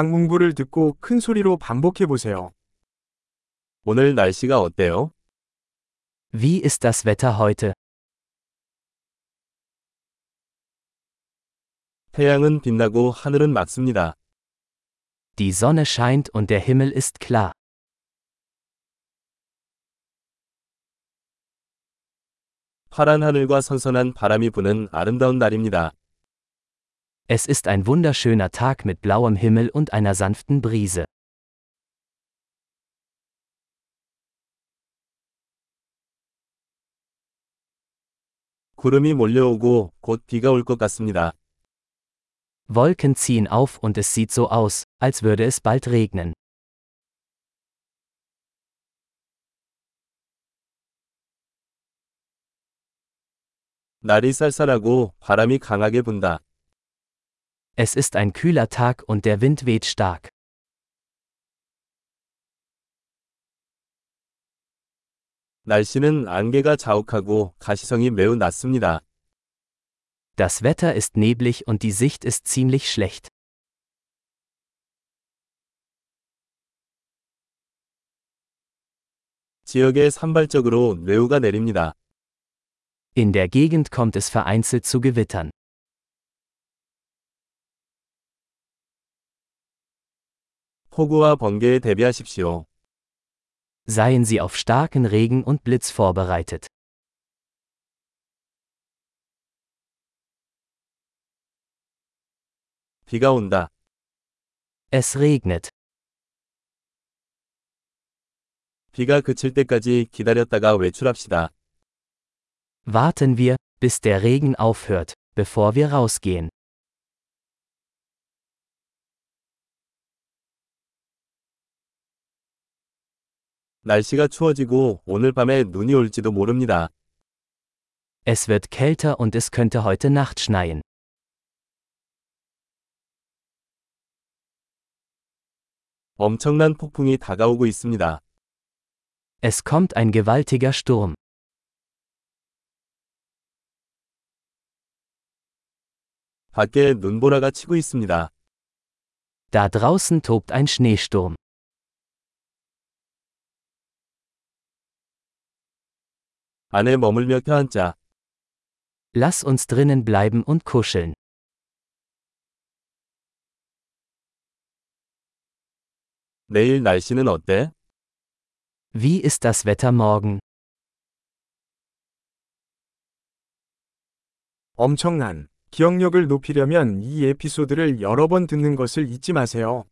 강문부를 듣고 큰 소리로 반복해 보세요. 오늘 날씨가 어때요? Wie ist das Wetter heute? 태양은 빛나고 하늘은 맑습니다. Die Sonne scheint und der Himmel ist klar. 파란 하늘과 선선한 바람이 부는 아름다운 날입니다. Es ist ein wunderschöner Tag mit blauem Himmel und einer sanften Brise. 구름이 몰려오고 곧 비가 올 것 같습니다. Wolken ziehen auf und es sieht so aus, als würde es bald regnen. 날이 쌀쌀하고 바람이 강하게 분다. Es ist ein kühler Tag und der Wind weht stark. 날씨는 안개가 자욱하고 가시성이 매우 낮습니다. Das Wetter ist neblig und die Sicht ist ziemlich schlecht. 지역에 산발적으로 뇌우가 내립니다. In der Gegend kommt es vereinzelt zu Gewittern. 폭우와 번개에 대비하십시오. Seien Sie auf starken Regen und Blitz vorbereitet. 비가 온다. Es regnet. 비가 그칠 때까지 기다렸다가 외출합시다. Warten wir, bis der Regen aufhört, bevor wir rausgehen. 날씨가 추워지고 오늘 밤에 눈이 올지도 모릅니다. Es wird kälter und es könnte heute Nacht schneien. 엄청난 폭풍이 다가오고 있습니다. Es kommt ein gewaltiger Sturm. 밖에 눈보라가 치고 있습니다. Da draußen tobt ein Schneesturm. 안에 머물며 펴앉자. Lass uns drinnen bleiben und kuscheln. 내일 날씨는 어때? Wie ist das Wetter morgen? 엄청난 기억력을 높이려면 이 에피소드를 여러 번 듣는 것을 잊지 마세요.